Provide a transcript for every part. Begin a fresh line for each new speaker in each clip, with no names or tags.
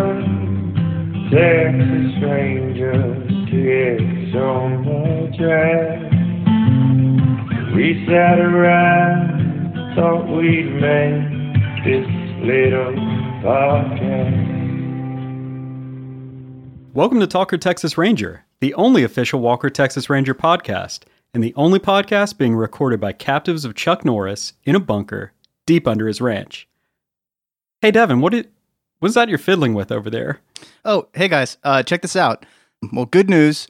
open, sex a stranger to it so much right. We sat around, thought we'd make this little podcast.
Welcome to Talker Texas Ranger, the only official Walker Texas Ranger podcast, and the only podcast being recorded by captives of Chuck Norris in a bunker deep under his ranch. Hey Devin, what did what's that you're fiddling with over there?
Oh, hey guys, uh, check this out. Well, good news.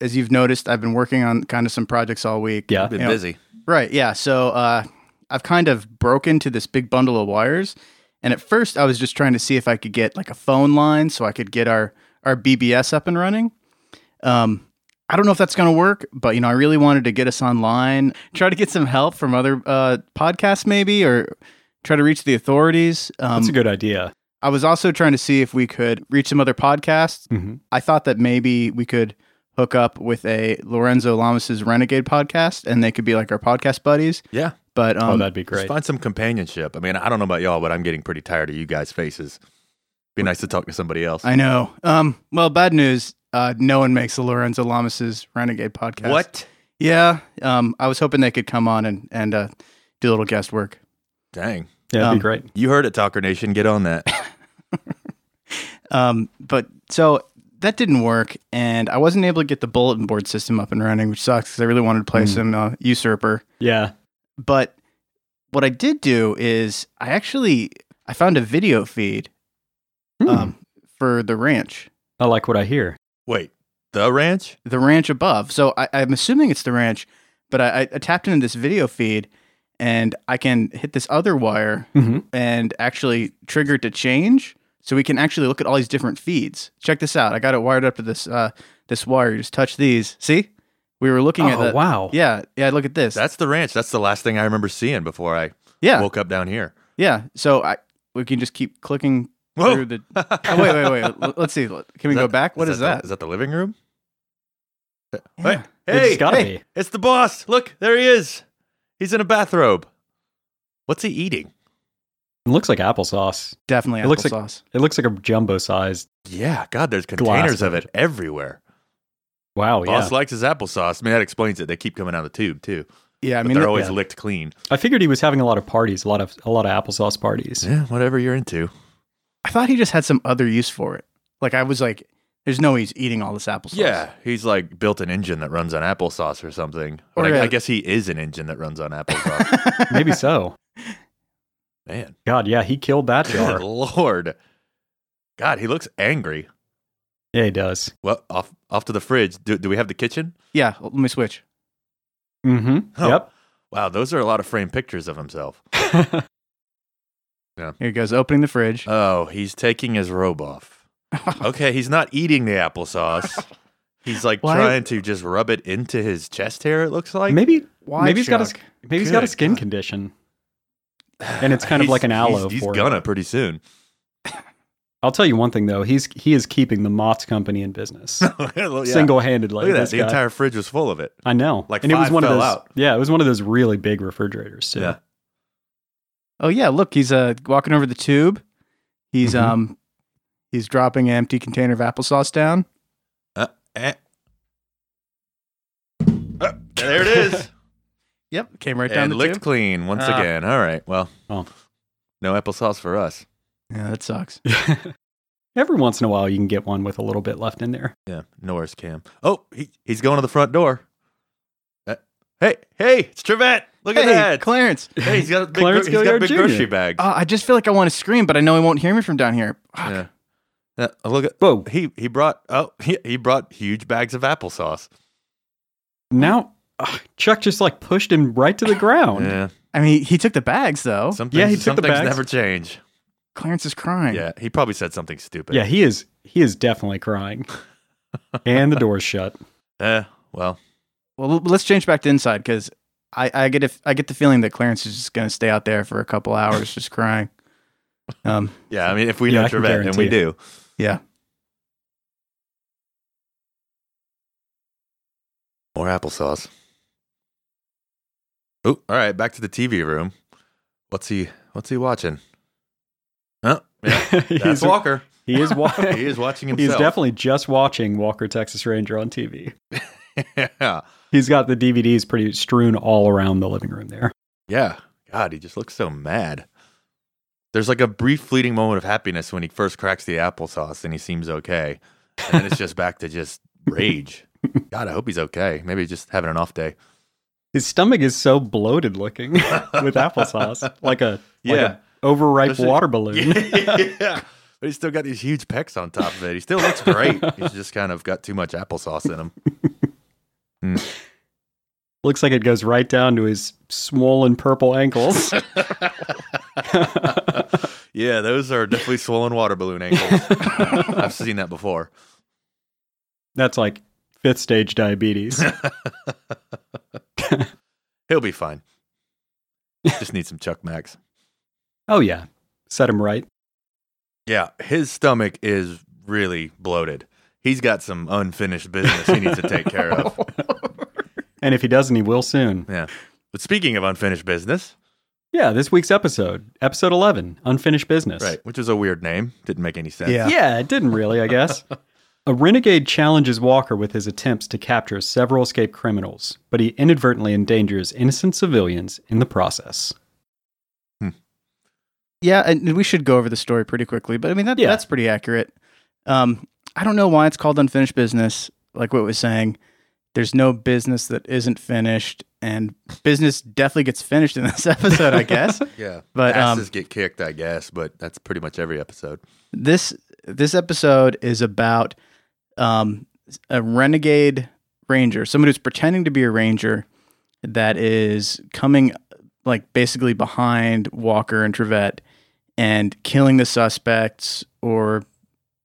As you've noticed, I've been working on kind of some projects all week.
Yeah.
Been
You know,
busy.
Right. Yeah. So uh, I've kind of broken to this big bundle of wires. And at first, I was just trying to see if I could get like a phone line so I could get our, our BBS up and running. Um, I don't know if that's going to work, but you know, I really wanted to get us online, try to get some help from other uh, podcasts, maybe, or try to reach the authorities. Um,
That's a good idea.
I was also trying to see if we could reach some other podcasts.
Mhm.
I thought that maybe we could hook up with a Lorenzo Lamas's Renegade podcast, and they could be like our podcast buddies.
Yeah.
But um,
oh, that'd be
Just
great.
find some companionship. I mean, I don't know about y'all, but I'm getting pretty tired of you guys' faces. Be nice to talk to somebody else.
I know. Um, well, bad news. Uh, no one makes the Lorenzo Lamas's Renegade podcast.
what?
Yeah. Um, I was hoping they could come on and and uh, do a little guest work.
Dang.
Yeah, that'd
um,
be great.
You heard it, Talker Nation. Get on that.
Um, but so that didn't work, and I wasn't able to get the bulletin board system up and running, which sucks because I really wanted to play some uh, Usurper.
Yeah.
but what I did do is I actually I found a video feed
Hmm.
um, for the ranch,
I like what I hear.
Wait, the ranch?
the ranch above. So I, I'm assuming it's the ranch, but I, I tapped into this video feed and I can hit this other wire
Mhm.
and actually trigger to change. So we can actually look at all these different feeds. Check this out. I got it wired up to this uh, this wire. You just touch these. See, we were looking at
Oh,
the
wow.
yeah yeah. Look at this.
That's the ranch. That's the last thing I remember seeing before I
yeah
woke up down here.
yeah. So I we can just keep clicking
Whoa.
through the oh, wait, wait, wait. L- Let's see. L- Can we go back? What is that?
The, is that the living room?
Yeah.
Hey,
It's gotta
hey,
be.
it's the boss. Look, there he is. He's in a bathrobe. What's he eating?
It looks like applesauce.
Definitely
It looks like-
applesauce.
It looks like a jumbo sized.
Yeah, God, there's
Glass
containers of
of
it everywhere.
Wow, yeah.
Boss likes his applesauce. I mean, that explains it. They keep coming out of the tube too.
yeah, I
But
mean,
they're
th-
always
yeah.
licked clean.
I figured he was having a lot of parties, a lot of a lot of applesauce parties.
Yeah, whatever you're into.
I thought he just had some other use for it. Like I was like, there's no way he's eating all this applesauce.
Yeah, he's like built an engine that runs on applesauce or something. Or
Or
I,
a-
I guess he is an engine that runs on applesauce.
Maybe so.
Man,
God, yeah, he killed that
good
jar.
lord, God, he looks angry.
yeah, he does.
Well, off off to the fridge. Do, do we have the kitchen?
yeah. Let me switch.
Mm-hmm.
Oh.
Yep.
Wow, those are a lot of framed pictures of himself.
Here he goes, opening the fridge.
Oh, he's taking his robe off. Okay, he's not eating the applesauce. He's like
Why-
trying to just rub it into his chest hair. It looks like
maybe
Why,
maybe he's got a
Chuck?
sk- maybe he's got a
Good
skin
God.
condition, and it's kind of like an
He's-
aloe.
He's, he's
for it.
gonna pretty soon.
I'll tell you one thing though. He's he is keeping the Mott's company in business
Well, Oh, yeah.
single handedly.
Look at that. The entire fridge was full of it.
I know.
like,
and it was
five
one of
fell
those.
out.
Yeah, it was one of those really big refrigerators too.
Yeah.
Oh yeah, look, he's uh walking over the tube. He's
Mhm.
Mm-hmm.
um he's dropping an empty container of applesauce down.
Uh, eh. Uh, there it is.
Yep, came right down
and
the
licked
tube.
clean once
Ah.
again. All right. Well,
Oh.
no applesauce for us.
Yeah, that sucks.
Every once in a while, you can get one with a little bit left in there.
Yeah. Norris Cam. Oh, he, he's going to the front door. Uh, hey, hey, it's Trevette. Look
hey,
at that.
Clarence.
hey, he's got a big, gro-
Clarence
he's got a
Gilliard Ah,
big
Jr..
grocery bag.
Oh, I just feel like I want to scream, but I know he won't hear me from down here. Fuck.
Yeah. Yeah, Uh, look at
Whoa!
he he brought oh he, he brought huge bags of applesauce.
Now ugh, Chuck just like pushed him right to the ground.
Yeah,
I mean, he took the bags though.
some
Yeah, he took
things- some
the
things
bags.
never change.
Clarence is crying.
Yeah, he probably said something stupid.
yeah, he is. He is definitely crying. and the door's shut.
Eh, well,
Well, l- let's change back to inside because I, I get if I get the feeling that Clarence is just going to stay out there for a couple hours just crying. Um,
yeah. I mean, if we
Yeah,
know
I can
Trevette, and
guarantee
we do,
yeah.
more applesauce. Oh, all right. Back to the TV room. What's he? What's he watching? Oh, That's
he's,
Walker.
He is wa-
He is watching
He's
himself.
definitely just watching Walker Texas Ranger on TV.
definitely. Yeah.
He's got the DVDs pretty strewn all around the living room there.
Yeah. God, he just looks so mad. There's like a brief fleeting moment of happiness when he first cracks the applesauce and he seems okay. And then it's just back to just rage. God, I hope he's okay. Maybe he's just having an off day.
His stomach is so bloated looking with applesauce, like a like
Yeah.
a overripe
Especially-
water balloon.
yeah. But he's still got these huge pecs on top of it. He still looks great. he's just kind of got too much applesauce in him.
Looks like it goes right down to his swollen purple ankles.
Yeah, those are definitely swollen water balloon ankles. I've seen that before.
That's like fifth stage diabetes.
He'll be fine. Just need some Chuck Max.
oh yeah, set him right.
Yeah, his stomach is really bloated. He's got some unfinished business he needs to take care of.
And if he doesn't, he will soon.
Yeah. But speaking of unfinished business,
Yeah, this week's episode, episode 11, Unfinished Business.
right, which is a weird name, didn't make any sense.
Yeah.
Yeah, it didn't really, I guess. a renegade challenges Walker with his attempts to capture several escaped criminals, but he inadvertently endangers innocent civilians in the process.
Yeah, and we should go over the story pretty quickly, but I mean that
Yeah.
that's pretty accurate. Um, I don't know why it's called unfinished business. Like what it was saying, there's no business that isn't finished, and business definitely gets finished in this episode, I guess.
Yeah.
But, um,
Asses get kicked, I guess, but that's pretty much every episode.
this this episode is about um, a renegade ranger, someone who's pretending to be a ranger that is coming like basically behind Walker and Trevette and killing the suspects or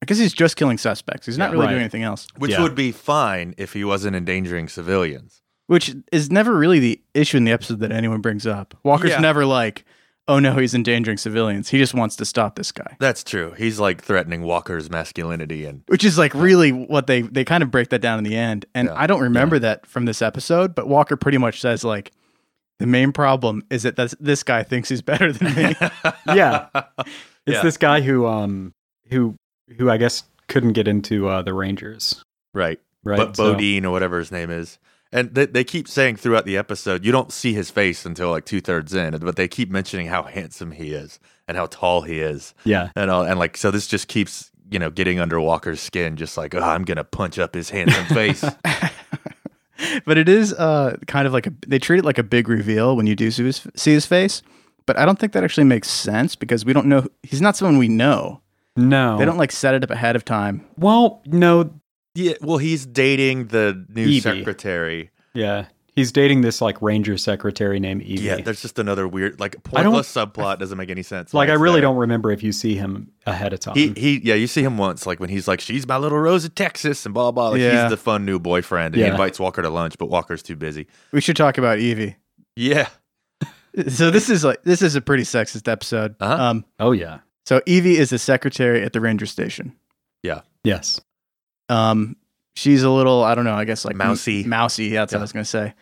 I guess he's just killing suspects. He's not
Yeah,
really
right.
doing anything else,
Which
Yeah.
would be fine if he wasn't endangering civilians.
which is never really the issue in the episode that anyone brings up. Walker's
Yeah.
never like, "Oh no, he's endangering civilians." He just wants to stop this guy.
That's true. He's like threatening Walker's masculinity and
which is like really what they they kind of break that down in the end and
Yeah.
i don't remember that from this episode but walker pretty much says like the main problem is that this, this guy thinks he's better than me
Yeah. It's
Yeah.
this guy who um who who I guess couldn't get into uh, the Rangers,
right.
right?
but
So-
Bodine or whatever his name is. And they, they keep saying throughout the episode, you don't see his face until like two thirds in, but they keep mentioning how handsome he is and how tall he is.
yeah.
And, all, and like, so this just keeps, you know, getting under Walker's skin, just like, oh, I'm going to punch up his handsome face.
but it is uh kind of like a they treat it like a big reveal when you do see his, see his face but i don't think that actually makes sense because we don't know he's not someone we know
No.
they don't like set it up ahead of time
Well, no.
yeah. Well, he's dating the new
Evie.
secretary.
Yeah. He's dating this like Ranger secretary named Evie.
Yeah. There's just another weird, like,
I don't-
pointless subplot doesn't make any sense.
like
why
I
it's
really
there.
don't remember if you see him ahead of time.
He, he, yeah, you see him once, like when he's like, she's my little Rose of Texas and blah, blah. Like,
Yeah.
He's the fun new boyfriend and
Yeah.
he invites Walker to lunch, but Walker's too busy.
we should talk about evie
Yeah.
so this is like this is a pretty sexist episode
Uh-huh.
um
oh yeah.
so evie is the secretary at the ranger station
Yes.
Um, she's a little, I don't know, I guess like
Mousy.
m- mousy. Yeah, that's what
Yeah.
I was gonna say.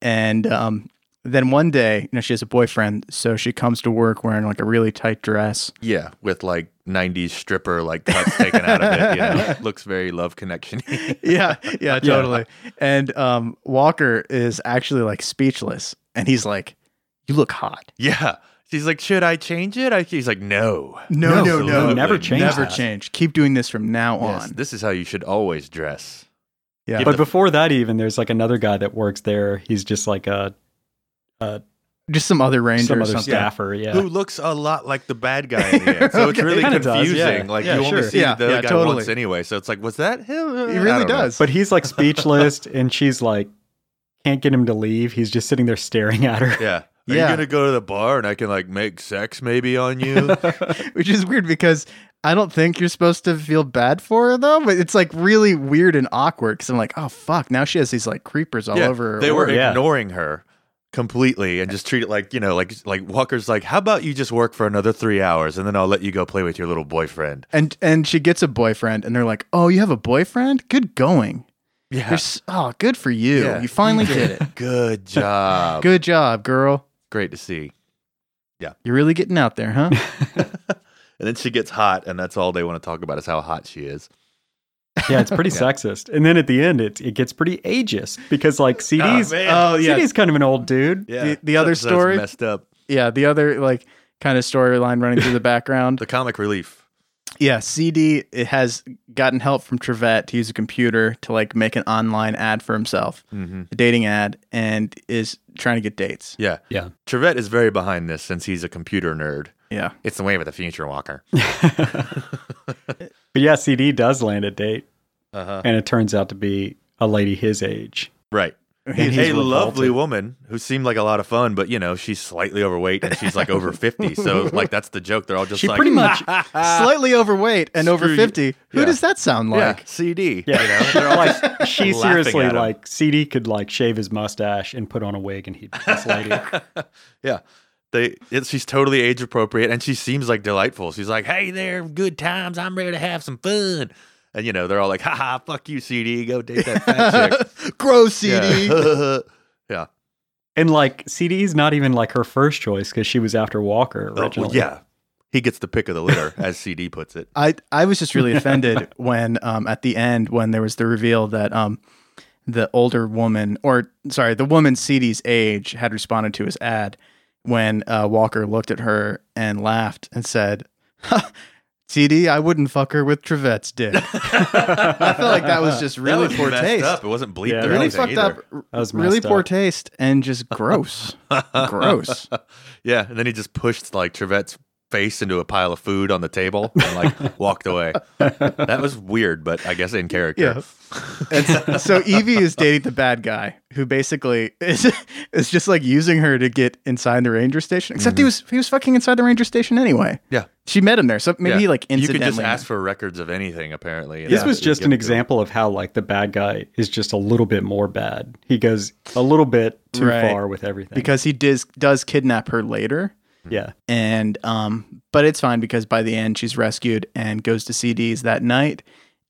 And um, then one day, you know, she has a boyfriend, so she comes to work wearing like a really tight dress.
Yeah, with like 90s stripper like cuts taken out of it, you know. Looks very love connection.
yeah, yeah, totally. And um, Walker is actually like speechless, and he's like, "You look hot."
yeah. She's like, "Should I change it?" I, he's like, "No."
No, no, no,
absolutely
never change
Never
that.
change. Keep doing this from now
Yes,
on.
this is how you should always dress.
Yeah.
Give
But
the-
before that, even there's like another guy that works there. He's just like a
Just some other ranger
some
or
other
something.
staffer. Yeah.
who looks a lot like the bad guy in the end. So it's
Okay.
really
Kinda
confusing.
does, yeah.
Like
Yeah,
you only
sure.
see
Yeah,
the other
yeah,
guy
totally.
once anyway. So it's like, was that him?
He
I
really
don't know.
does.
But he's like speechless, and she's like can't get him to leave. He's just sitting there staring at her.
Yeah. Are
Yeah.
you gonna go to the bar and I can like make sex maybe on you?
which is weird because I don't think you're supposed to feel bad for her though, but it's like really weird and awkward because I'm like, oh fuck, now she has these like creepers all
Yeah,
over. her
They were
work.
Yeah.
ignoring her completely and just treat it like you know, like like Walker's like, how about you just work for another three hours and then I'll let you go play with your little boyfriend.
and and she gets a boyfriend, and they're like, oh, you have a boyfriend? Good going.
Yeah,
You're s- oh, good for you.
Yeah.
You finally did it.
good job.
Good job, girl.
Great to see.
You're really getting out there, huh?
And then she gets hot, and that's all they want to talk about is how hot she is.
Yeah, it's pretty sexist. And then at the end, it, it gets pretty ageist because like CD's
man.
Oh yeah,
CD's kind of an old dude.
Yeah,
The- the other
That's- that's
story-
messed up.
yeah. The other like kind of storyline running through the background.
The comic relief.
Yeah, CD it has gotten help from Trevette to use a computer to like make an online ad for himself,
Mm-hmm.
a dating ad, and is trying to get dates.
Yeah,
Yeah.
Trevette is very behind this since he's a computer nerd.
Yeah,
It's the wave of the future, Walker.
But yeah, CD does land a date,
Uh-huh.
and it turns out to be a lady his age.
Right.
He-
a
he's
lovely
revolted.
woman who seemed like a lot of fun, but you know she's slightly overweight and she's like over fifty. So like that's the joke. They're all just
She
like
pretty much
slightly overweight and
Uh, Screw
over
you.
fifty. Who
Yeah.
does that sound
yeah,
like?
CD.
Yeah,
You know, they're all just
like she
laughing
seriously
at him.
like CD could like shave his mustache and put on a wig and he'd be this lady.
yeah. They, it, she's totally age appropriate, and she seems like delightful. She's like, "Hey there, good times. I'm ready to have some fun." And you know, they're all like, "Ha ha, fuck you, CD. Go date that fat chick."
Gross CD.
Yeah. yeah.
and like CD's not even like her first choice because she was after Walker
Oh,
originally.
well, yeah. He gets the pick of the litter, as CD puts it.
I I was just really offended when um at the end when there was the reveal that um the older woman or sorry the woman CD's age had responded to his ad when uh, Walker looked at her and laughed and said. "Ha, CD, I wouldn't fuck her with Trevette's dick. I felt like that was just really
was
poor
messed
taste.
Up. It wasn't bleeped
Yeah,
or
that
Really
anything
fucked
either.
up.
That was
Really
messed
poor
up.
taste and just gross. gross.
Yeah, and then he just pushed like Trevette's face into a pile of food on the table and like walked away. That was weird, but I guess in character.
And so- so Evie is dating the bad guy who basically is is just like using her to get inside the ranger station. Except he was he was fucking inside the ranger station anyway.
Yeah.
She met him there, so maybe
yeah.
he like
you could
incidentally.
just ask for records of anything. Apparently, and
This
that
was
would
just
get
an
to-
example of how like the bad guy is just a little bit more bad. He goes a little bit too
Right.
far with everything.
because he does does kidnap her later,
yeah.
and um, but it's fine because by the end she's rescued and goes to CDs that night,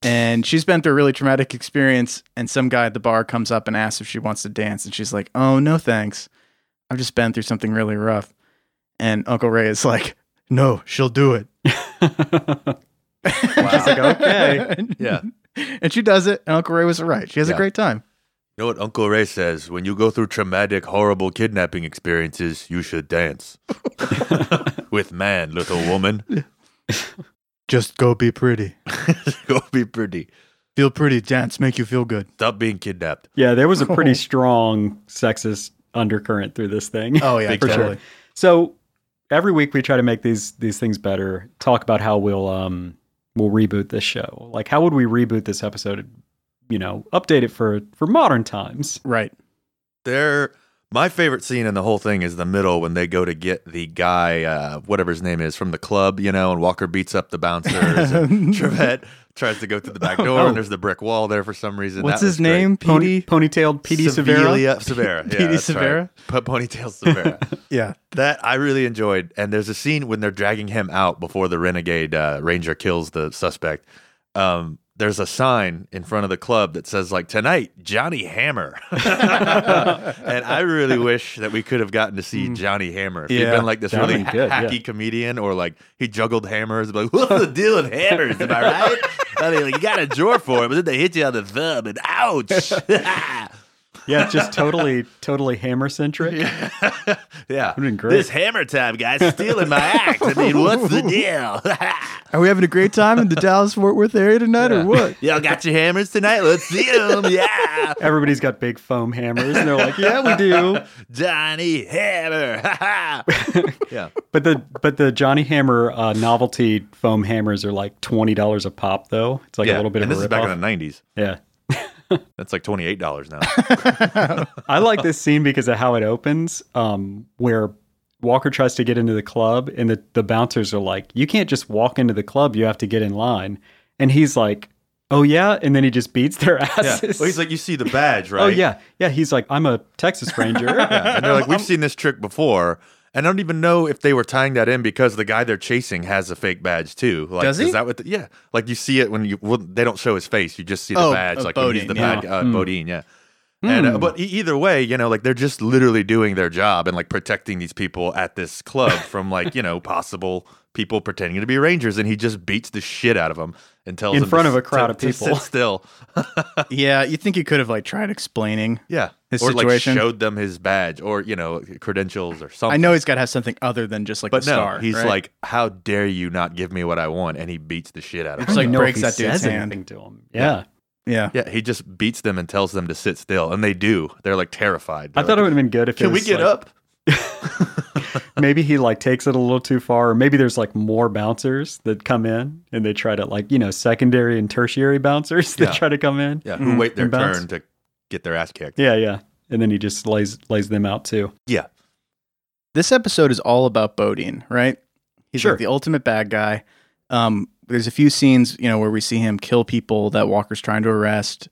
and she's been through a really traumatic experience. And some guy at the bar comes up and asks if she wants to dance, and she's like, "Oh no, thanks. I've just been through something really rough." And Uncle Ray is like, "No, she'll do it."
Wow.
like, okay.
Yeah.
and she does it. And Uncle Ray was right. She has
Yeah.
a great time.
You know what Uncle Ray says? When you go through traumatic, horrible kidnapping experiences, you should dance with man, little woman.
Just go be pretty.
go be pretty.
Feel pretty. Dance. Make you feel good.
Stop being kidnapped.
Yeah, there was a pretty
Oh.
strong sexist undercurrent through this thing.
Oh yeah,
Big
time.
totally.
So every week we try to make these these things better. Talk about how we'll um we'll reboot this show. Like how would we reboot this episode? You know, update it for for modern times.
Right.
They're my favorite scene in the whole thing is the middle when they go to get the guy, uh, whatever his name is, from the club, you know, and Walker beats up the bouncers. and Trevette tries to go through the back door, and there's the brick wall there for some reason.
Oh. What's
That
his
was great.
name?
Pony,
Petey.
ponytailed PD Severa.
Sevilla- Severa.
P-
Yeah,
Petey
that's right.
Severa?
P- Ponytail Severa.
Yeah.
That I really enjoyed. And there's a scene when they're dragging him out before the renegade uh, ranger kills the suspect. Um, there's a sign in front of the club that says like tonight Johnny Hammer, and I really wish that we could have gotten to see
Mm.
Johnny Hammer. If he'd
Yeah,
been like this
that
really
would've been good,
hacky
yeah.
comedian, or like he juggled hammers, like what's the deal with hammers? Am I right? I mean, like, you got a drawer for it, but then they hit you on the thumb, and ouch!
yeah, just totally totally hammer centric.
yeah,
been great.
this hammer time guy's stealing my act. I mean, what's the deal?
Are we having a great time in the Dallas Fort Worth area tonight or what?
Y'all got your hammers tonight? Let's see them. Yeah.
Everybody's got big foam hammers, and they're like, "Yeah, we do."
Johnny Hammer. yeah.
But the but the Johnny Hammer uh, novelty foam hammers are like twenty dollars a pop, though. It's like a little bit
and
of
this
a
is back
ripoff.
in the 90s.
yeah,
That's like $28 now.
I like this scene because of how it opens, um, where Walker tries to get into the club, and the, the bouncers are like, You can't just walk into the club, you have to get in line. And he's like, Oh, yeah. And then he just beats their
yeah.
asses.
Well, he's like, you see the badge, right?
Oh, yeah. Yeah. He's like, I'm a Texas Ranger.
Yeah. And they're like, we've seen this trick before. And I don't even know if they were tying that in because the guy they're chasing has a fake badge too. Like,
Does he?
Is that what? The, yeah, like you see it when you well, they don't show his face. You just see the
Oh,
badge,
uh,
like when he's
Bodine,
the
yeah.
bad uh, Bodine, yeah. And uh, but e- either way, you know, like they're just literally doing their job and like protecting these people at this club from like you know possible people pretending to be rangers, and he just beats the shit out of them and tells
In
them to
front of a
s-
crowd
to-
of
to sit
people.
still.
yeah, you think he could have like tried explaining.
Yeah,
His
or
situation.
like showed them his badge or you know credentials or something.
I know he's got to have something other than just like
but
the
no,
star.
he's
right?
like, "How dare you not give me what I want?" And he beats the shit out of
It's
them.
like
know
breaks
if he
that dude's
says
hand.
anything to him. Yeah.
yeah,
Yeah, he just beats them and tells them to sit still, and they do. They're like terrified.
I
They're
thought it
like,
would have been good if it
Can we
was,
get
like,
up?
maybe he like takes it a little too far or maybe there's like more bouncers that come in and they try to like you know secondary and tertiary bouncers that
Yeah.
try to come in
Yeah,
mm-hmm,
who wait their
and bounce.
turn to get their ass kicked?
yeah yeah and then he just lays lays them out too
Yeah,
this episode is all about Bodine, right? He's
Sure.
like the ultimate bad guy. Um, there's a few scenes, you know, where we see him kill people that Walker's trying to arrest.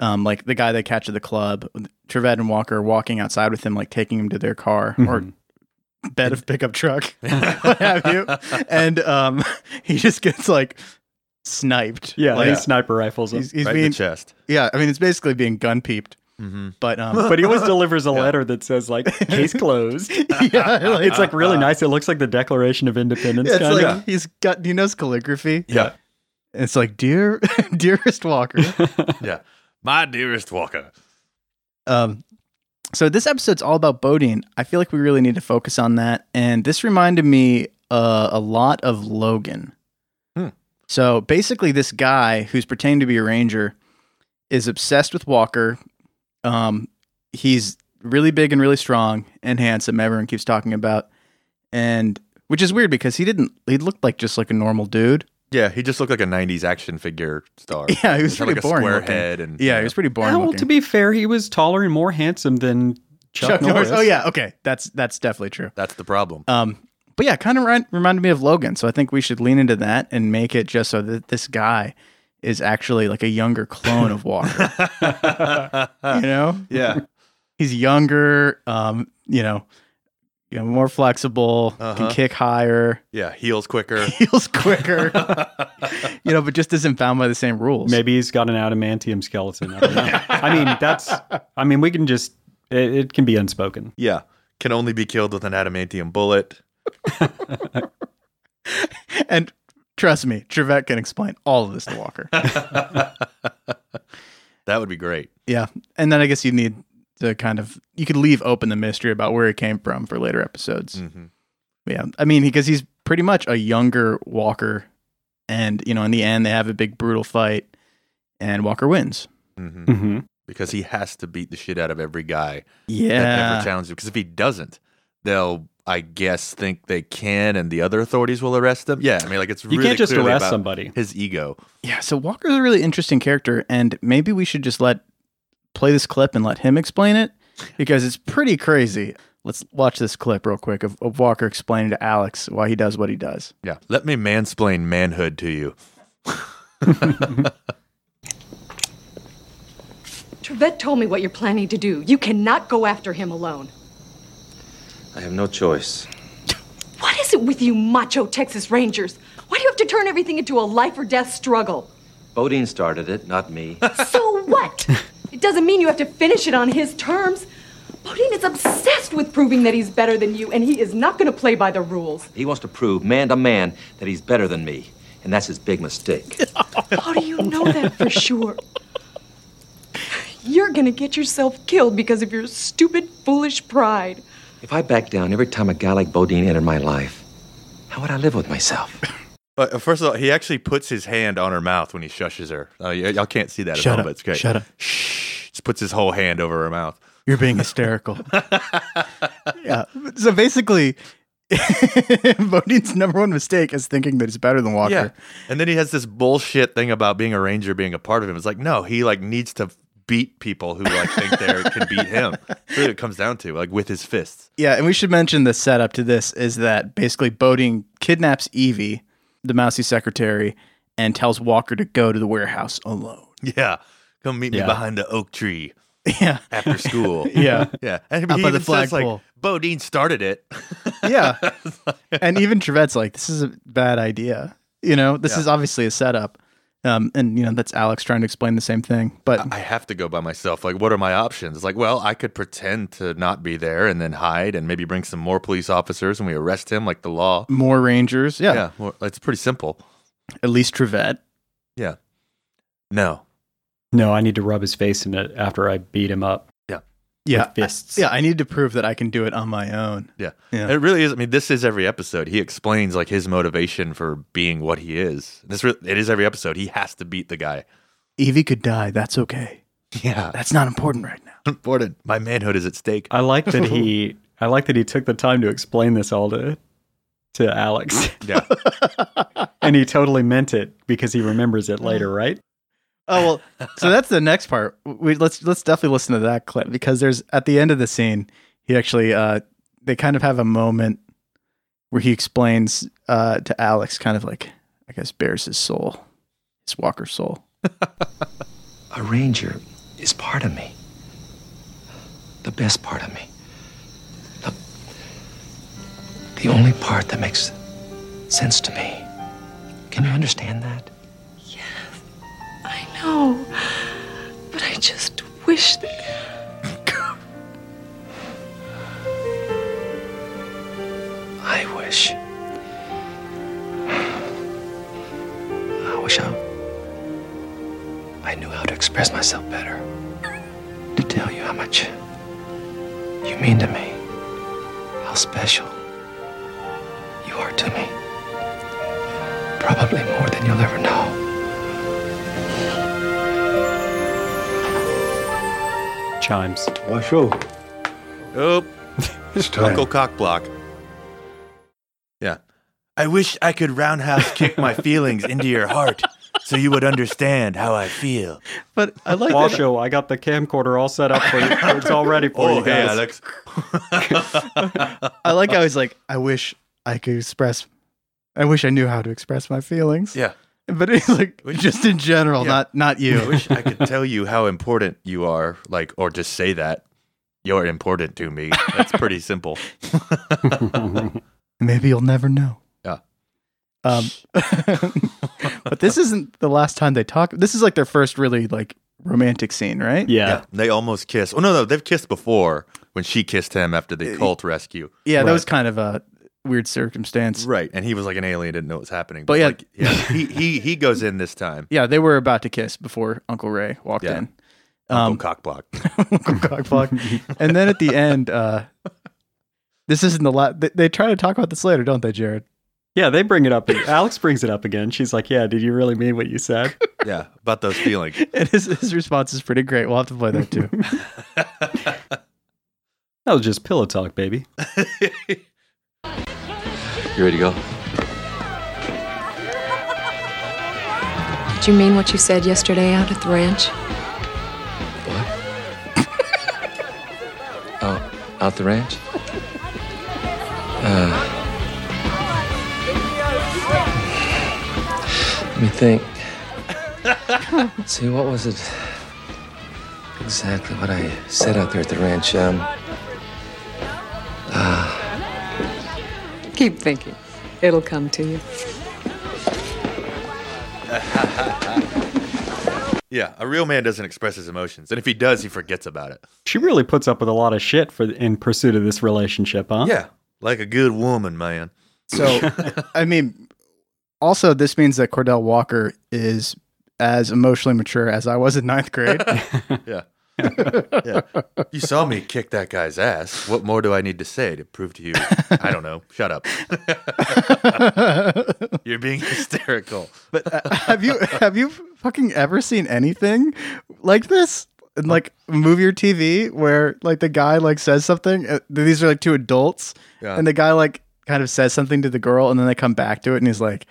Um, like the guy they catch at the club, Trevette and Walker are walking outside with him, like taking him to their car
Mm-hmm.
Mhm.
or bed of pickup truck, what have you. And um, he just gets like sniped.
yeah
like,
he sniper rifles him.
he's, he's
right in
being
the chest.
yeah. I mean, it's basically being gun peeped,
Mhm.
but um,
but he always delivers a letter that says like case closed
yeah, like,
it's like really nice it looks like the declaration of independence
it's
kind
like uh,
of
he's got he knows calligraphy.
Yeah,
It's like, dear, dearest Walker.
yeah. My dearest Walker.
um, so this episode's all about boating. I feel like we really need to focus on that. And this reminded me uh, a lot of Logan.
Hmm.
So basically, this guy who's pretending to be a ranger is obsessed with Walker. Um, he's really big and really strong and handsome. Everyone keeps talking about, and which is weird because he didn't. He looked like just like a normal dude.
Yeah, he just looked like a '90s action figure star.
Yeah, he was
Just had,
pretty
like
boring
A square
looking.
head and
Yeah, he was pretty boring.
Ah, well,
looking.
to be fair he was taller and more handsome than chuck, norris.
Oh yeah, okay, that's that's definitely true.
That's the problem.
Um, but yeah, kind of ri- reminded me of Logan, so I think we should lean into that and make it just so that this guy is actually like a younger clone of Walker. you know,
yeah.
he's younger. Um, you know, you know, more flexible,
Uh-huh.
can kick higher,
Yeah, heals quicker.
heals quicker. you know, but just isn't bound by the same rules.
Maybe he's got an adamantium skeleton. I, don't know. I mean, that's. I mean, we can just. It, it can be unspoken.
yeah, can only be killed with an adamantium bullet.
and trust me, Trevette can explain all of this to Walker.
That would be great.
Yeah. And then I guess you need to kind of you could leave open the mystery about where he came from for later episodes.
hmm
Yeah. I mean, because he's pretty much a younger Walker and, you know, in the end they have a big brutal fight and Walker wins.
hmm
Mm-hmm.
Because he has to beat the shit out of every guy that ever
Yeah.
challenges him. Because if he doesn't, they'll, I guess, think they can, and the other authorities will arrest them. Yeah, I mean, like it's
You
really
can't just
clearly
arrest
about
somebody.
His ego.
Yeah, so Walker's a really interesting character and maybe we should just let play this clip and let him explain it because it's pretty crazy. Let's watch this clip real quick of, of Walker explaining to Alex why he does what he does.
Yeah, let me mansplain manhood to you.
Trevette told me what you're planning to do. You cannot go after him alone.
I have no choice.
What is it with you macho Texas Rangers? Why do you have to turn everything into a life or death struggle?
Bodine started it, not me.
So what? it doesn't mean you have to finish it on his terms. Bodine is obsessed with proving that he's better than you, and he is not going to play by the rules.
he wants to prove, man to man, that he's better than me. And that's his big mistake.
How do you know that for sure? You're going to get yourself killed because of your stupid, foolish pride.
if I backed down every time a guy like Bodine entered my life, how would I live with myself?
Uh, first of all, he actually puts his hand on her mouth when he shushes her. Uh, y- y'all can't see that at
Shut
all,
up.
but it's great.
Shut up.
Shh. Just puts his whole hand over her mouth.
You're being hysterical. yeah. So basically, Bodine's number one mistake is thinking that he's better than Walker.
Yeah. And then he has this bullshit thing about being a ranger being a part of him. It's like, no, he like needs to beat people who like think they can beat him. That's what it comes down to, like with his fists.
Yeah, and we should mention the setup to this is that basically Bodine kidnaps Evie, the mousy secretary, and tells Walker to go to the warehouse alone.
Yeah. Come meet
Yeah.
me behind the oak tree
Yeah.
after school.
Yeah.
Yeah. And
Up
he
by the
even says, like,
flagpole.
Bodine started it.
Yeah. and even Trevette's like, this is a bad idea. You know, this is obviously a setup. Um, and you know that's Alex trying to explain the same thing, but
I have to go by myself. Like, what are my options? It's like, well, I could pretend to not be there and then hide and maybe bring some more police officers and we arrest him like the law.
more Rangers, yeah,
Yeah, well, it's pretty simple.
at least Trevette.
Yeah. No.
No, I need to rub his face in it after I beat him up.
Yeah, I-
fists.
yeah, I need to prove that I can do it on my own.
Yeah.
Yeah.
And It really is. I mean, this is every episode. He explains like his motivation for being what he is. This re- it is every episode. He has to beat the guy.
Evie could die. That's okay.
Yeah.
That's not important right now.
important. My manhood is at stake.
I like that he I like that he took the time to explain this all to to Alex.
Yeah.
and he totally meant it because he remembers it later, right?
Oh well, so that's the next part. We, let's let's definitely listen to that clip because there's at the end of the scene, he actually uh, they kind of have a moment where he explains uh, to Alex, kind of like I guess bears his soul, his Walker soul.
A ranger is part of me. The best part of me. The, the only part that makes sense to me. Can you understand that?
I know. But I just wish
I wish. I wish I, I knew how to express myself better. To tell you how much you mean to me. How special you are to me. Probably more than you'll ever know.
Chimes.
Marshal,
oh,
it's time.
Uncle Cockblock. Yeah. I wish I could roundhouse kick my feelings into your heart so you would understand how I feel.
But I like that-
Walsho, I got the camcorder all set up for you. It's all ready for
Oh,
you
hey,
guys.
Alex.
I like how he's like, I wish I could express, I wish I knew how to express my feelings.
Yeah.
But he's like,
Wish-
just in general,
Yeah.
not not
I
you.
wish I could tell you how important you are, like, or just say that you're important to me. That's pretty simple.
Maybe you'll never know.
Yeah.
Um, but this isn't the last time they talk. This is like their first really like romantic scene, right?
Yeah.
They almost kiss. Oh no, no, they've kissed before when she kissed him after
Eh,
the cult rescue.
Yeah, that
Right.
was kind of a weird circumstance.
Right. And he was like an alien, didn't know what was happening.
But yeah.
like, yeah, he he he goes in this time.
Yeah, they were about to kiss before Uncle Ray walked
Yeah.
in.
Uncle
Um,
Cockblock.
Uncle Cockblock. and then at the end, uh, this isn't the last. They, they try to talk about this later, don't they, Jared?
Yeah, they bring it up. Alex brings it up again. She's like, Yeah, did you really mean what you said?
Yeah, about those feelings.
And his, his response is pretty great. We'll have to play that too.
That was just pillow talk, baby.
You ready to go?
Did you mean what you said yesterday out at the ranch?
Out, out the ranch? Uh, let me think. See, what was it exactly what I said out there at the ranch? Um,
Keep thinking. It'll come to you.
Yeah, a real man doesn't express his emotions, and if he does, he forgets about it.
She really puts up with a lot of shit for in pursuit of this relationship, huh?
Yeah, like a good woman, man.
So, I mean, also, this means that Cordell Walker is as emotionally mature as I was in ninth grade.
Yeah. yeah. You saw me kick that guy's ass. What more do I need to say to prove to you? I don't know. Shut up. You're being hysterical. But
have you have you fucking ever seen anything like this in like a movie or TV where like the guy like says something? Uh, these are like two adults,
Yeah.
and the guy like kind of says something to the girl, and then they come back to it, and he's like,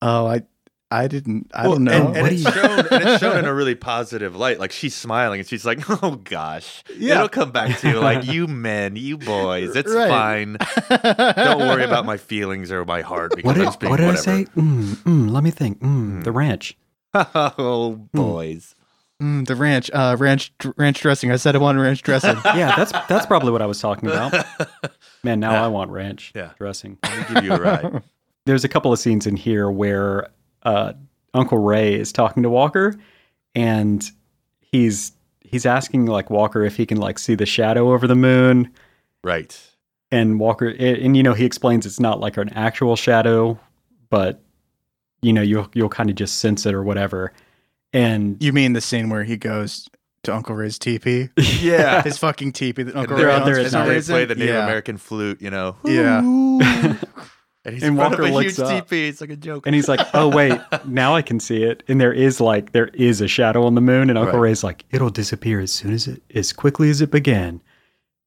"Oh, I, I didn't, I
Well,
don't know."
And, and
What
it's
do you-
shown, and it's shown in a really positive light. Like she's smiling and she's like, oh gosh.
Yeah.
It'll come back to you. Like, you men, you boys, it's
Right.
fine. Don't worry about my feelings or my heart. Because
What did,
I'm just being
what did I
whatever.
say? Mm, mm, let me think. Mm, The ranch.
oh, boys.
Mm, the ranch, uh, ranch, ranch dressing. I said I wanted ranch dressing.
Yeah, that's that's probably what I was talking about. Man, now I want ranch
Yeah.
dressing.
Let me give you a ride.
There's a couple of scenes in here where uh, Uncle Ray is talking to Walker, and he's he's asking like Walker if he can like see the shadow over the moon,
Right.
and Walker and, and you know he explains it's not like an actual shadow, but you know you'll you'll kind of just sense it or whatever, and
You mean the scene where he goes to Uncle Ray's teepee?
Yeah.
His fucking teepee that Uncle
they're
Ray
out
owns
there
for
at
some
night.
they
reason.
play the Native
yeah.
American flute, you know.
Yeah.
And he's
And
in front
Walker
of a
looks
huge
up.
teepee. It's like a joke.
and he's like, oh wait, now I can see it, and there is like there is a shadow on the moon, and Uncle
Right.
Ray's like it'll disappear as soon as it as quickly as it began,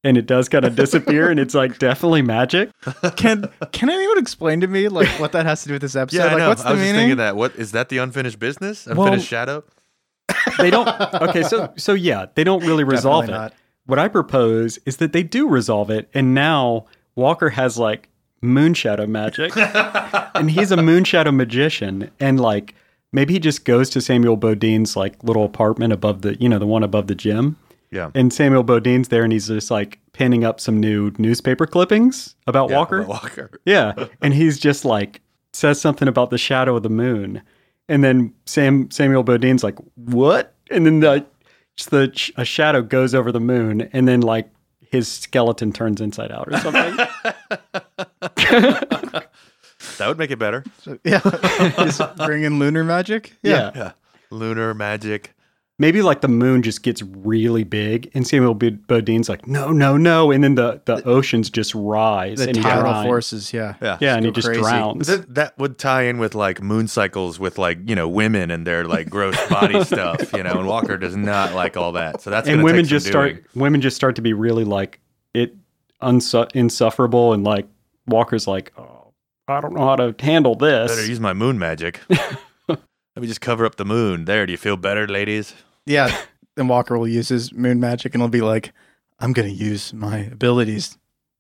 and it does kind of disappear, and it's like definitely magic.
Can can anyone explain to me like what that has to do with this episode?
yeah,
like
I know.
what's the
I was just
meaning?
thinking that. What is that? The unfinished business? Unfinished
Well-
shadow?
They don't. Okay, so so yeah, they don't really resolve it.
Definitely not.
What I propose is that they do resolve it, and now Walker has like moonshadow magic, and he's a moonshadow magician, and like maybe he just goes to Samuel Bodine's like little apartment above the you know the one above the gym,
Yeah.
and Samuel Bodine's there, and he's just like pinning up some new newspaper clippings about
Yeah,
Walker.
about Walker.
Yeah, and he's just like says something about the shadow of the moon, and then Sam Samuel Bodine's like, "What?" And then the just the sh- a shadow goes over the moon, and then like his skeleton turns inside out or something.
That would make it better.
Yeah. just bring in lunar magic.
yeah.
Yeah. Lunar magic.
maybe like the moon just gets really big, and Samuel B- Bodine's like, "No, no, no," and then the the oceans just rise,
The
and he
tidal
drowns.
forces. Yeah.
Yeah.
Yeah, and he
go
just
crazy.
drowns.
That, that would tie in with like moon cycles with like, you know, women and their like gross body stuff, you know, and Walker does not like all that. So that's
and
gonna
women
take some
just start
doing.
women just start to be really like it unsu- insufferable and like walker's like oh i don't know how to handle
Better
this
use my moon magic. Let me just cover up the moon. There, do you feel better, ladies?
Yeah. Then Walker will use his moon magic and he'll be like, I'm going to use my abilities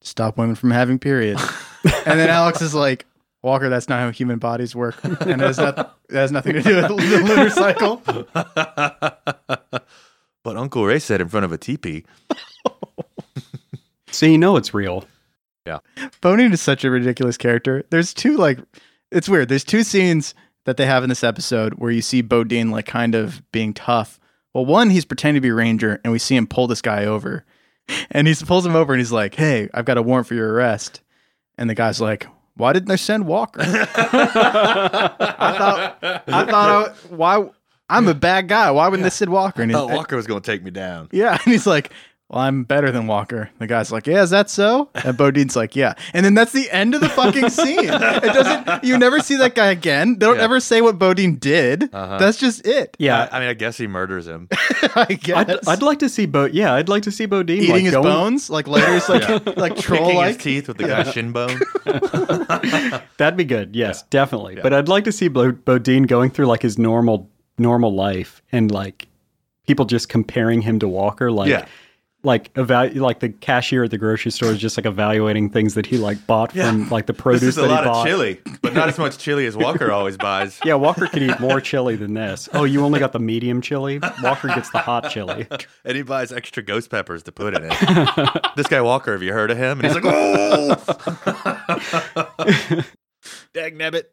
to stop women from having periods. and then Alex is like, Walker, that's not how human bodies work. And it has, not, it has nothing to do with the lunar cycle.
but Uncle Ray said in front of a teepee.
so you know it's real
Bonin is such a ridiculous character. There's two like it's weird. There's two scenes that they have in this episode where you see Bodine like kind of being tough. Well, one, he's pretending to be Ranger, and we see him pull this guy over. And he pulls him over and he's like, Hey, I've got a warrant for your arrest. And the guy's like, Why didn't I send Walker? I thought I thought I, why I'm a bad guy. Why wouldn't they send Walker? And he's,
Oh, Walker was going to take me down.
yeah. And he's like, Well, I'm better than Walker. The guy's like, Yeah, is that so? And Bodine's like, Yeah. And then that's the end of the fucking scene. It doesn't, you never see that guy again. They don't
Yeah. Uh-huh.
ever say what Bodine did. That's just it.
yeah
I, I mean, I guess he murders him.
I guess.
I'd, I'd like to see Bo. Yeah, I'd like to see Bodine
Eating
like,
his
going-
bones, like later, it's like,
Yeah.
like troll
Kicking his
like.
teeth with the guy's shin bone.
That'd be good. Yes, definitely. But I'd like to see Bo- Bodine going through like his normal normal life and like people just comparing him to Walker. Like,
Yeah.
like evalu- like the cashier at the grocery store is just like evaluating things that he like bought from like the produce
This is a
that
lot
he bought.
of chili, but not as much chili as Walker always buys.
Yeah, Walker could eat more chili than this. Oh, you only got the medium chili. Walker gets the hot chili.
And he buys extra ghost peppers to put in it. this guy Walker, have you heard of him? And he's like, oh! Dag nabbit.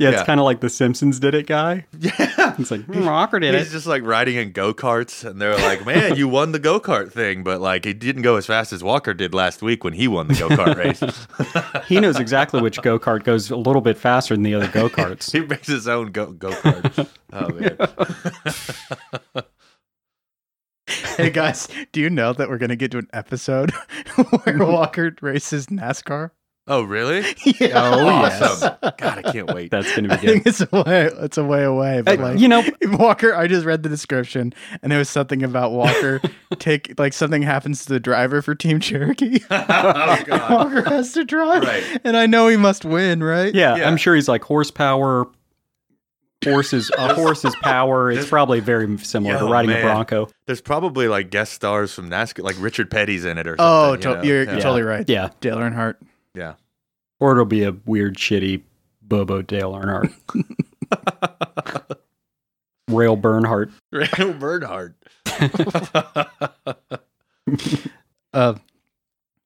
Yeah, it's
Yeah.
kind of like the Simpsons did it guy.
Yeah.
It's like "Hmm, Walker did
He's
it.
just like riding in go karts, and they're like, man, you won the go kart thing, but like he didn't go as fast as Walker did last week when he won the go kart race.
He knows exactly which go kart goes a little bit faster than the other go karts.
he makes his own go go kart. oh, man.
Hey guys, do you know that we're gonna get to an episode where Walker races NASCAR?
Oh, really?
Yeah,
awesome. God, I can't wait.
Oh, That's gonna
I
be good.
think it's a way, it's a way away. But
Uh,
like,
you know,
Walker, I just read the description and it was something about Walker take like something happens to the driver for Team Cherokee.
oh, God.
Walker has to drive.
Right.
And I know he must win, right?
yeah,
Yeah.
I'm sure he's like horsepower. Horses, a horse's power. It's probably very similar to
Yo,
riding a
Oh, man.
bronco.
There's probably like guest stars from NASCAR, like Richard Petty's in it or something.
Oh,
you
to-
know?
you're,
yeah.
you're totally right.
Yeah,
Dale Earnhardt.
Yeah.
or it'll be a weird, shitty Bobo Dale Earnhardt, Rail Bernhardt.
Randall Bernhardt.
Uh,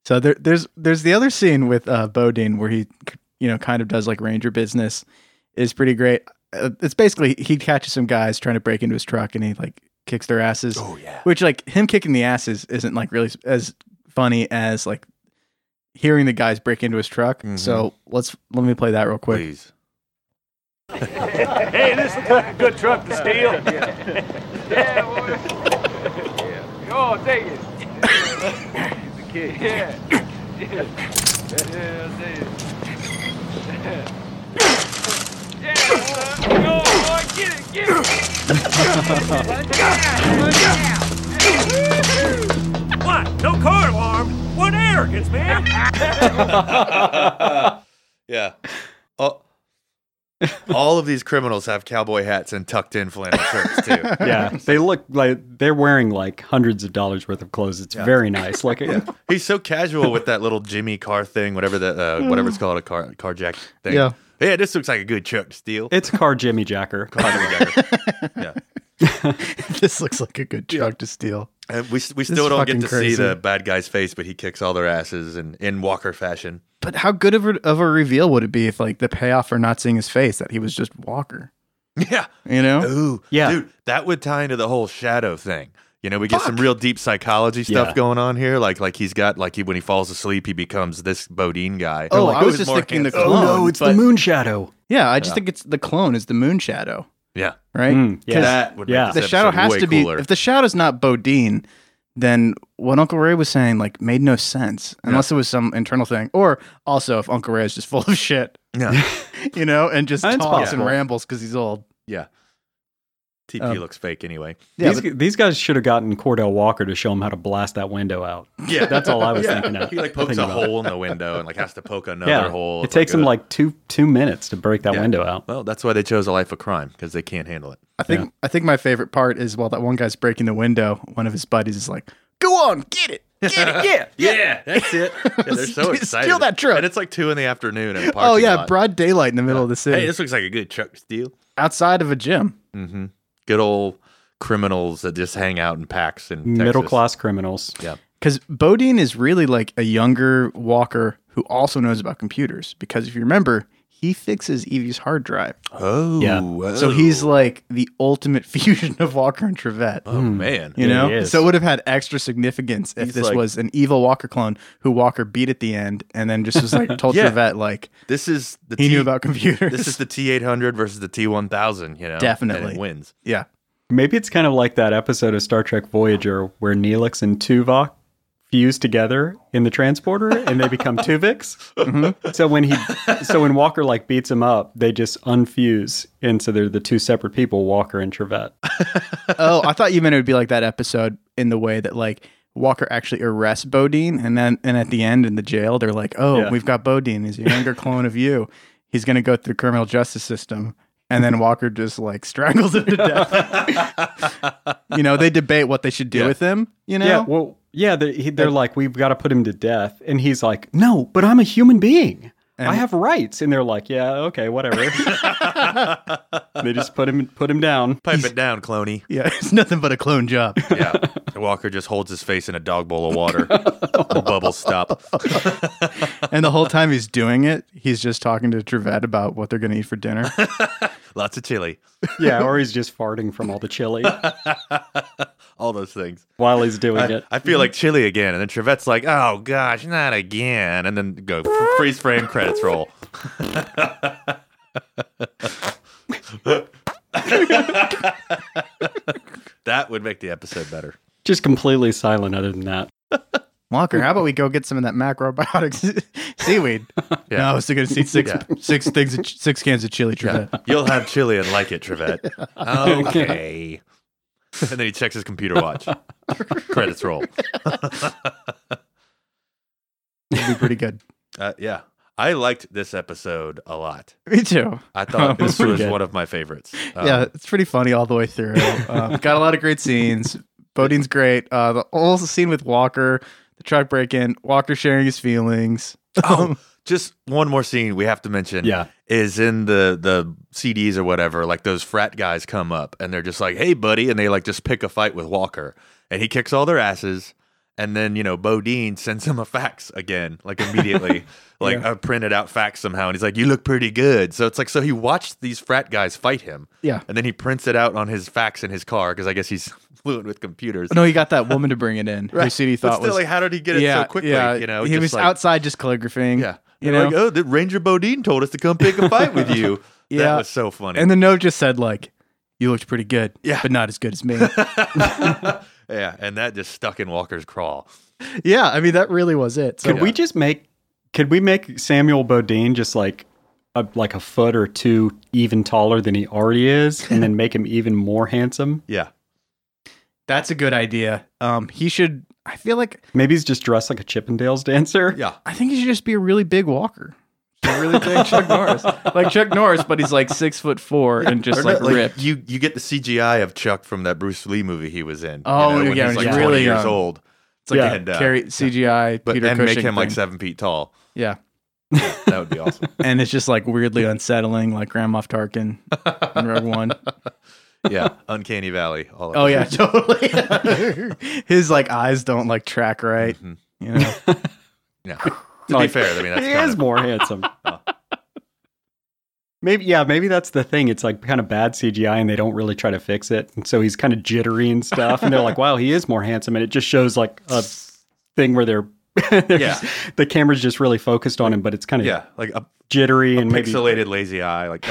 so there, there's there's the other scene with uh, Bodine where he, you know, kind of does like ranger business, is pretty great. uh, it's basically he catches some guys trying to break into his truck and he like kicks their asses.
Oh, yeah.
Which like him kicking the asses isn't like really as funny as like hearing the guys break into his truck.
Mhm.
So let's let me play that real quick.
Please.
Hey, this looks like a good truck to steal. yeah, boy. Go on, take it. the kid. Yeah. Yeah, I'll take it. Yeah, son. Go on, boy. Get it, get it. Run down, run down. Hey. What? No car alarm? What arrogance, man!
Yeah. Oh. All of these criminals have cowboy hats and tucked in flannel shirts too.
yeah, they look like they're wearing like hundreds of dollars worth of clothes. It's very nice looking.
He's so casual with that little Jimmy car thing, whatever that, uh, whatever it's called, a car carjack thing.
Yeah.
yeah, this looks like a good truck to steal.
It's a car Jimmy Jacker.
yeah,
this looks like a good truck to steal.
and we we
is
still don't get
fucking
to
crazy.
see the bad guy's face, but he kicks all their asses and in Walker fashion.
But how good of a, of a reveal would it be if like the payoff for not seeing his face that he was just Walker?
Yeah.
You know?
Ooh.
Yeah.
Dude, that would tie into the whole shadow thing. You know, we get some
Fuck.
real deep psychology stuff
Yeah.
going on here. Like, like he's got like he when he falls asleep, he becomes this Bodine guy.
Oh,
Like,
I
who
was
is
just
more
thinking the
handsome?
clone.
no, it's the
but-
moon shadow.
Yeah, I just think it's the clone is the moon shadow,
Oh. Yeah,
right?
Mm, yeah.
'Cause
that would
Yeah.
make
the
this
shadow
episode
has
way
to be
cooler.
if the shadow's not Bodine, then what Uncle Ray was saying like made no sense unless it was some internal thing. Or also if Uncle Ray is just full of shit,
yeah,
you know, and just
That's
talks and
possible.
rambles because he's old.
yeah. TP
Um,
looks fake anyway.
Yeah,
these, these guys should have gotten Cordell Walker to show them how to blast that window out.
Yeah,
That's all I was
Yeah.
thinking of.
He like pokes
thinking
a
about it.
hole in the window and like has to poke another
Yeah,
hole.
it takes them like two two minutes to break that
Yeah.
window out.
well, that's why they chose a life of crime because they can't handle it.
I think I think my favorite part is while that one guy's breaking the window, one of his buddies is like, "Go on, get it, get it, yeah,
Yeah, that's it. Yeah, they're so
Steal
excited.
that truck.
and it's like two in the afternoon. At a
Oh
parking
yeah,
lot.
broad daylight in the middle of the city,
Hey, this looks like a good truck steal.
outside of a gym.
Mm-hmm. Good old criminals that just hang out in packs and
Middle class criminals.
Because Bodine is really like a younger Walker who also knows about computers. Because if you remember, he fixes Evie's hard drive,
Oh,
Yeah.
so he's like the ultimate fusion of Walker and Trevette.
oh man,
You
Yeah,
know,
he is.
so it would have had extra significance if
He's
this
like-
was an evil Walker clone who Walker beat at the end, and then just was like told
Yeah.
Trevette like
this is the
he
T-
knew about computers.
This is the T eight hundred versus the T one thousand. You know, and
Definitely.
it wins.
yeah.
Maybe it's kind of like that episode of Star Trek Voyager where Neelix and Tuvok fuse together in the transporter and they become Tuviks. So when he, so when Walker like beats him up, they just unfuse, and so they're the two separate people, Walker and Trevette.
oh, I thought you meant it would be like that episode in the way that like Walker actually arrests Bodine, and then and at the end in the jail they're like, "Oh,
Yeah.
we've got Bodine. He's a younger clone of you. He's going to go through the criminal justice system." And then Walker just like strangles him to death. you know, they debate what they should do
Yeah.
with him. You know,
Yeah, well, yeah, they, he- they're like, we've got to put him to death, and he's like, no, but I'm a human being. I have rights, and they're like, yeah, okay, whatever. they just put him put him down.
Pipe it down, Cloney.
yeah, it's nothing but a clone job.
Yeah, Walker just holds his face in a dog bowl of water. the bubbles stop.
and the whole time he's doing it, he's just talking to Trevette about what they're going to eat for dinner.
Lots of chili.
Yeah, or he's just farting from all the chili
All those things.
while he's doing
I,
it.
I feel
Mhm.
like chili again, and then Trivette's like, "Oh gosh, not again!" And then go f- freeze frame credits roll. that would make the episode better.
Just completely silent other than that.
Walker, how about we go get some of that macrobiotics seaweed?
Yeah.
No, I was going to see six
Yeah.
six things, of ch- six cans of chili.
Yeah.
Trevette.
You'll have chili and like it, Trivette. Okay. and then he checks his computer watch. Credits roll.
It'd be pretty good.
Uh, yeah. I liked this episode a lot.
Me too.
I thought
Oh,
this
pretty
was
good.
one of my favorites. Um,
yeah, it's pretty funny all the way through. Um, got a lot of great scenes. Bodine's great. Uh, the whole scene with Walker, the truck break in, Walker sharing his feelings.
Oh, just one more scene we have to mention.
Yeah.
Is in the the CDs or whatever, like those frat guys come up and they're just like, "Hey, buddy," and they like just pick a fight with Walker, and he kicks all their asses, And then, you know, Bo Dean sends him a fax again, like immediately, like a printed out fax somehow. And he's like, You look pretty good. So it's like, so he watched these frat guys fight him.
Yeah.
And then he prints it out on his fax in his car because I guess he's fluent with computers.
No, he got that woman to bring it in. Who said he
But
thought
still,
was
like, how did he get it so quickly? you know,
he
just
was
like-
outside just calligraphing.
Yeah.
you
They're
know,
like, oh, the Ranger Bodine told us to come pick a fight with you. That
Yeah.
was so funny.
and the note just said like, "You looked pretty good,
Yeah.
but not as good as me."
yeah, and that just stuck in Walker's craw.
yeah, I mean that really was it. So
Could we just make? Could we make Samuel Bodine just like a, like a foot or two even taller than he already is, and then make him even more handsome?
Yeah.
that's a good idea. Um, he should. I feel like
Maybe he's just dressed like a Chippendales dancer.
Yeah.
I think he should just be a really big walker. A really big Chuck Norris, like Chuck Norris, but he's like six foot four and just
Or
like
not, like,
ripped.
you you get the CGI of Chuck from that Bruce Lee movie he was in.
Oh,
you know, when
yeah,
he's like
yeah.
20
really
years
young.
old.
It's like
and,
a
uh,
carry CGI
But
Peter
and
Cushing
make him like
thing.
seven feet tall.
Yeah,
That would be awesome.
and it's just like weirdly unsettling, like Grand Moff Tarkin in Rogue One.
yeah, Uncanny Valley. All of
Oh
it.
yeah, totally. His like eyes don't like track right. You know,
yeah. To be
Like,
fair, I mean that's
he
kind
is
of-
more handsome. Maybe yeah, maybe that's the thing. It's like kind of bad CGI, and they don't really try to fix it, and so he's kind of jittery and stuff. And they're like, "Wow, he is more handsome," and it just shows like a thing where they're, they're
Yeah.
just- the camera's just really focused on him, but it's kind of
yeah, like a
jittery and maybe
pixelated lazy eye. Like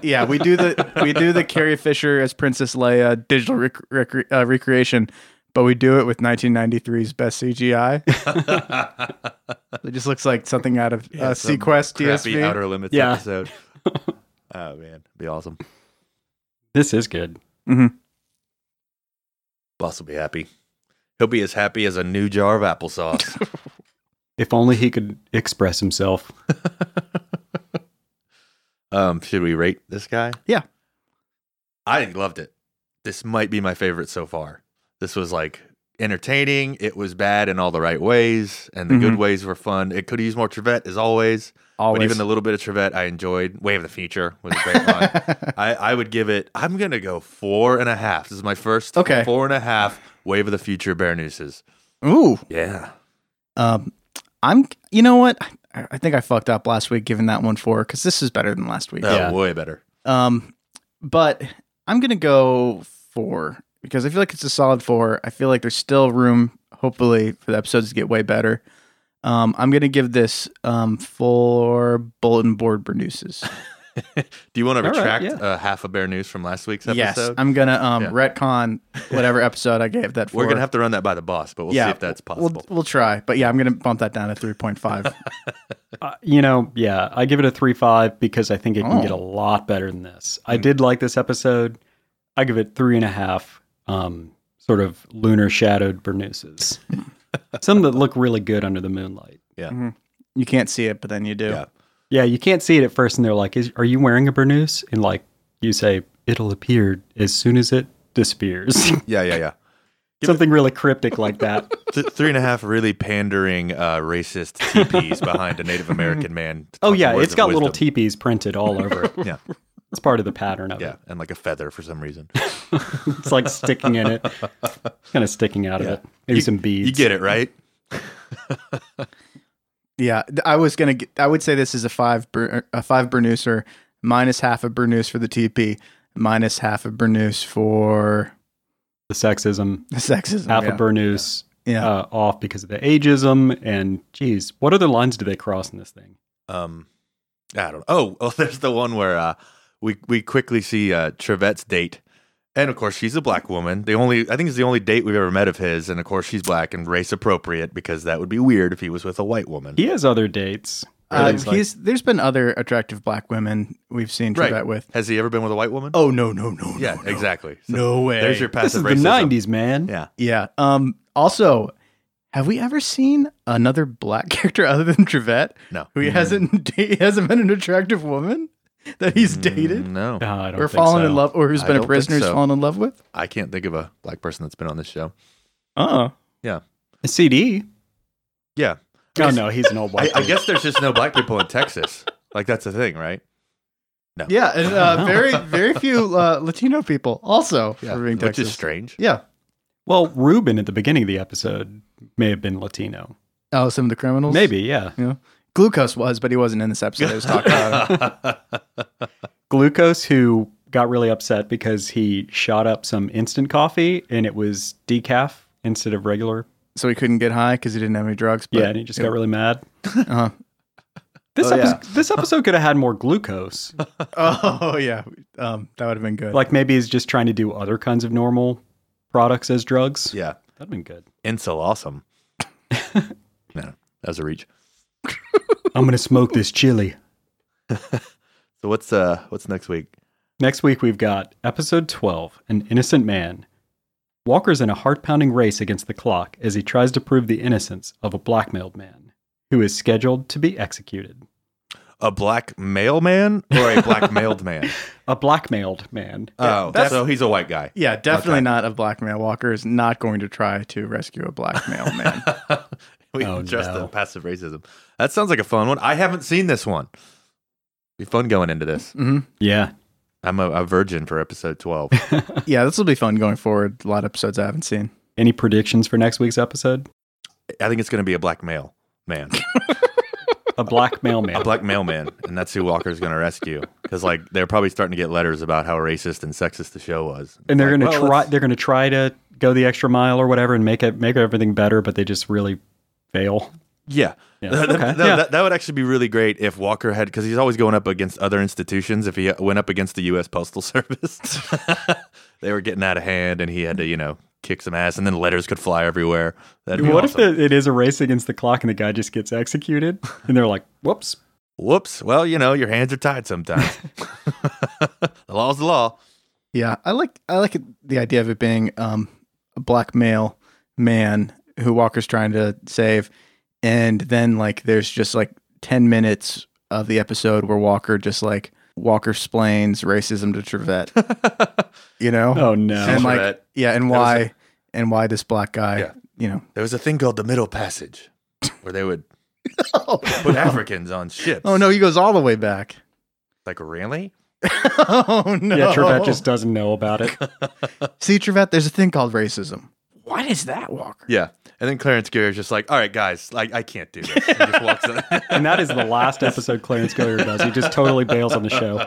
yeah, we do the we do the Carrie Fisher as Princess Leia digital rec- rec- uh, recreation, but we do it with 1993's best CGI. it just looks like something out of uh,
some
Sequest
crappy
TSV.
Outer Limits
Yeah.
episode. oh man, be awesome.
this is good.
Boss will be happy. He'll be as happy as a new jar of applesauce.
If only he could express himself.
um, should we rate this guy?
Yeah.
I loved it. This might be my favorite so far. This was like entertaining. It was bad in all the right ways, and the good ways were fun. It could use more Trevette as always.
Mm-hmm. Always.
But even the little bit of Trevette I enjoyed. Way of the Future was a great line. I, I would give it, I'm going to go four and a half. This is my first
Okay.
four and a half Wave of the Future Bear Nooses.
Ooh,
Yeah.
um, I'm. You know what? I, I think I fucked up last week giving that one four because this is better than last week.
Oh,
Yeah.
way better.
Um, but I'm gonna go four because I feel like it's a solid four. I feel like there's still room, hopefully, for the episodes to get way better. Um, I'm gonna give this um four bulletin board Bernousses.
Do you want to
All right,
retract
yeah.
uh, half a bear news from last week's episode?
Yes, I'm gonna um
Yeah.
retcon whatever episode I gave that. 4
We're going to have to run that by the boss, but we'll see if that's
we'll-
possible.
We'll, we'll try, but yeah, I'm gonna bump that down to three point five.
Uh, you know, yeah, I give it a three five because I think it can
Oh.
get a lot better than this.
Hmm.
I did like this episode. I give it three and a half. Um, sort of lunar shadowed Bernousses. Some that look really good under the moonlight.
you can't see it, but then you do.
Yeah.
Yeah, you can't see it at first, and they're like, Is, "Are you wearing a Bernouse?" And like, you say, "It'll appear as soon as it disappears."
yeah, yeah, yeah.
Something really cryptic like that.
Th- three and a half really pandering uh, racist teepees behind a Native American man.
Oh
talking
yeah,
words
it's
of
got little
wisdom.
teepees printed all over it.
Yeah,
It's part of the pattern of
yeah,
it.
and like a feather for some reason.
It's like sticking in it, kind of sticking out
Yeah.
of it. Maybe some beads.
You get it right.
Yeah, th- I was gonna. Get, I would say this is a five Ber- er, a five Bernuser minus half a Bernouse for the TP, minus half a Bernouse for
the sexism,
the sexism.
half
Oh, yeah.
a Bernouse
Yeah.
uh, off because of the ageism, and geez, what other lines do they cross in this thing?
Um, I don't. Oh, oh, there's the one where uh, we we quickly see uh, Trevette's date, and of course she's a black woman. The only I think it's the only date we've ever met of his, and of course she's black and race appropriate because that would be weird if he was with a white woman.
He has other dates.
Uh,
It's like-
he's there's been other attractive black women we've seen Trevette
right.
with.
Has he ever been with a white woman?
Oh no no no
yeah,
no, no.
exactly. So
No way.
There's your
This
passive
is the
racism.
'90s, man.
Yeah.
yeah. Um. Also, have we ever seen another black character other than Trevette?
No.
Who hasn't he hasn't been an attractive woman that he's dated
No,
Uh, I don't
or
think
fallen
so.
in love or who's
I
been a
don't think
prisoner who's
so.
fallen in love with?
I can't think of a black person that's been on this show.
Oh.
Yeah,
Uh-uh. A CD.
yeah.
Oh no, he's an old
I,
white.
I
dude.
guess there's just no black people in Texas. Like that's the thing, right?
Yeah, and uh, very very few uh, Latino people also yeah,
which is strange.
Yeah,
Well, Ruben at the beginning of the episode may have been Latino.
Oh, some of the criminals?
Maybe, yeah.
Yeah. Glucose was, but he wasn't in this episode. I was talking about him.
Glucose, who got really upset because he shot up some instant coffee and it was decaf instead of regular.
So he couldn't get high because he didn't have any drugs. But
yeah, and he just got really mad.
Uh-huh.
This,
Oh,
episode, this episode could have had more glucose.
Oh, yeah. Um, that would have been good.
like maybe he's just trying to do other kinds of normal products as drugs.
Yeah.
That'd been good.
Insul awesome. no, that was a reach.
I'm going to smoke this chili.
So what's uh what's next week?
Next week, we've got episode 12 An Innocent Man. Walker's in a heart pounding race against the clock as he tries to prove the innocence of a blackmailed man who is scheduled to be executed.
A black male man or a black mailed man?
A blackmailed man.
Oh, so he's a white guy.
yeah, definitely
Okay.
not a black male. Walker is not going to try to rescue a black male man.
we
Oh,
addressed the
no.
passive racism. That sounds like a fun one. I haven't seen this one. Be fun going into this.
Yeah.
I'm a, a virgin for episode 12.
yeah, this will be fun going forward. A lot of episodes I haven't seen.
Any predictions for next week's episode?
I think it's going to be a black male man,
A blackmail
a
man.
black mailman, and that's who Walker's going to rescue. Because like they're probably starting to get letters about how racist and sexist the show was.
and they're
Like,
going to
well,
try
let's-
they're going to try to go the extra mile or whatever and make it make everything better, but they just really fail.
Yeah.
Yeah.
That- that-
Okay.
no,
Yeah.
That, that would actually be really great if Walker had, because he's always going up against other institutions. If he went up against the U.S. Postal Service, they were getting out of hand, and he had to, you know, kick some ass, and then letters could fly everywhere. That'd be
What
awesome.
if the, it is a race against the clock and the guy just gets executed and they're like, "Whoops,
Whoops. Well, you know, your hands are tied sometimes. the law's the law.
Yeah, I like I like it, the idea of it being um, a black male man who Walker's trying to save, and then like there's just like ten minutes of the episode where Walker just like Walker explains racism to Trevette, you know?
Oh, no.
and like
Trevette.
yeah, and
was
why and why this black guy,
Yeah.
you know?
There was a thing called the Middle Passage where they would
Oh,
put Africans on ships.
Oh no, he goes all the way back.
Like, really?
oh no,
Yeah, Trevette just doesn't know about it.
see Trevette. There's a thing called racism. What is that, Walker?
Yeah. And then Clarence Gary is just like, all right, guys, like, I can't do this. And just walks in.
And that is the last episode Clarence Goyer does. He just totally bails on the show.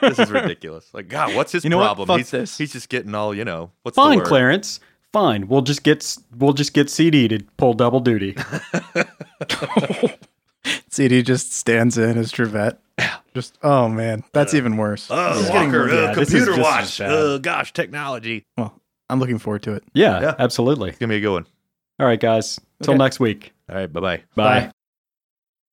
this is ridiculous. Like, God, what's his
You know what?
problem?
Fuck
he's,
this.
he's just getting all, you know, what's the
Fine,
word?
Clarence. Fine. We'll just get s- we'll just get CD to pull double duty.
CD just stands in as Trevette. Just oh man, that's even worse.
Oh,
This is getting
Walker,
really
uh,
bad.
this is
computer
just as
watch.
bad.
Uh, gosh, technology. It's
Well, I'm looking forward to it.
Yeah,
Yeah.
absolutely.
going to be a good one.
All right, guys. Till
Okay.
next week.
All right, bye-bye.
Bye.
Bye.